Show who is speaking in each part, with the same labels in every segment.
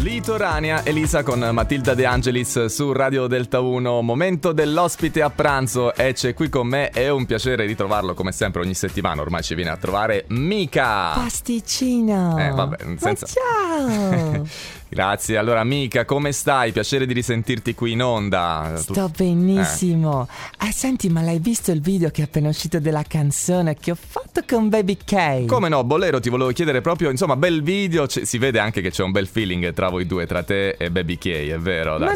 Speaker 1: Litorania, Elisa con Matilda De Angelis su Radio Delta 1, momento dell'ospite a pranzo e c'è qui con me, è un piacere ritrovarlo come sempre ogni settimana, ormai ci viene a trovare Mika.
Speaker 2: Pasticcina.
Speaker 1: Ah. Eh, vabbè,
Speaker 2: Ma
Speaker 1: senza-
Speaker 2: ciao.
Speaker 1: Grazie, allora Mika, come stai? Piacere di risentirti qui in onda. Tu-
Speaker 2: Sto benissimo.
Speaker 1: Eh.
Speaker 2: Ah, senti, ma l'hai visto il video che è appena uscito della canzone che ho fatto con Baby K?
Speaker 1: Come no, Bolero, ti volevo chiedere proprio, insomma, bel video, c- si vede anche che c'è un bel feeling tra voi due, tra te e Baby K, è vero?
Speaker 2: Ma
Speaker 1: dai.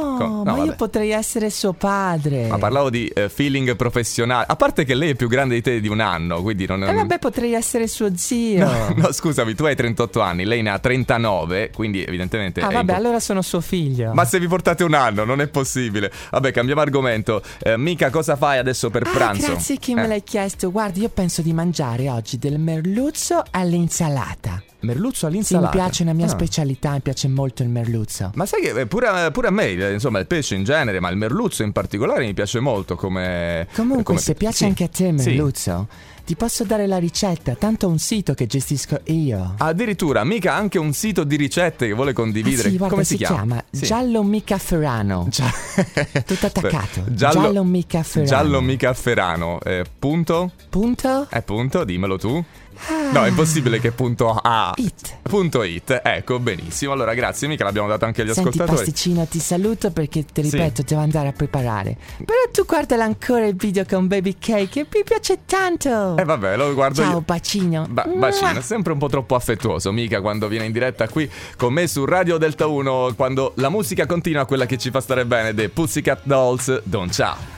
Speaker 2: no,
Speaker 1: Com- no,
Speaker 2: ma
Speaker 1: vabbè.
Speaker 2: io potrei essere suo padre.
Speaker 1: Ma parlavo di eh, feeling professionale, a parte che lei è più grande di te di un anno, quindi non...
Speaker 2: E Eh, vabbè, potrei essere suo zio.
Speaker 1: No, no, scusami, tu hai 38 anni, lei ne ha 39, quindi evidentemente...
Speaker 2: ah,
Speaker 1: è
Speaker 2: vabbè,
Speaker 1: impo-
Speaker 2: allora sono suo figlio.
Speaker 1: Ma se vi portate un anno, non è possibile. Vabbè, cambiamo argomento. Eh, mica cosa fai adesso per
Speaker 2: Ah,
Speaker 1: pranzo?
Speaker 2: grazie che
Speaker 1: Eh,
Speaker 2: me l'hai chiesto. Guarda, io penso di mangiare oggi del merluzzo all'insalata.
Speaker 1: Merluzzo
Speaker 2: Sì, mi
Speaker 1: all'insalata.
Speaker 2: piace, è una mia
Speaker 1: Ah.
Speaker 2: specialità, mi piace molto il merluzzo.
Speaker 1: Ma sai che eh, pure a, pure a me, eh, insomma, il pesce in genere, ma il merluzzo in particolare mi piace molto come...
Speaker 2: Comunque,
Speaker 1: come-
Speaker 2: se piace
Speaker 1: sì.
Speaker 2: anche a te,
Speaker 1: Sì.
Speaker 2: Merluzzo, ti posso dare la ricetta, tanto ho un sito che gestisco io.
Speaker 1: Addirittura, mica anche un sito di ricette che vuole condividere.
Speaker 2: Ah, sì, guarda,
Speaker 1: come si,
Speaker 2: si, chiama,
Speaker 1: Sì.
Speaker 2: Giallo Mica Ferrano. Tutto attaccato.
Speaker 1: Beh,
Speaker 2: Giallo mica Ferrano.
Speaker 1: Giallo mica Ferrano. Eh, punto?
Speaker 2: Punto.
Speaker 1: Eh, punto, dimmelo tu. No, è impossibile che punto A.
Speaker 2: It.
Speaker 1: Punto it, ecco benissimo. Allora, grazie, mica l'abbiamo dato anche agli
Speaker 2: Senti
Speaker 1: ascoltatori.
Speaker 2: pasticcino, ti saluto perché ti
Speaker 1: Sì.
Speaker 2: ripeto, devo andare a preparare. Però tu guardala ancora il video con Baby Cake che mi piace tanto.
Speaker 1: E Eh, vabbè, lo guardo
Speaker 2: Ciao,
Speaker 1: io.
Speaker 2: bacino.
Speaker 1: Ba- bacino,
Speaker 2: Mua.
Speaker 1: sempre un po' troppo affettuoso, mica quando viene in diretta qui con me su Radio Delta 1, quando la musica continua, quella che ci fa stare bene, The Pussycat Dolls, Don Ciao.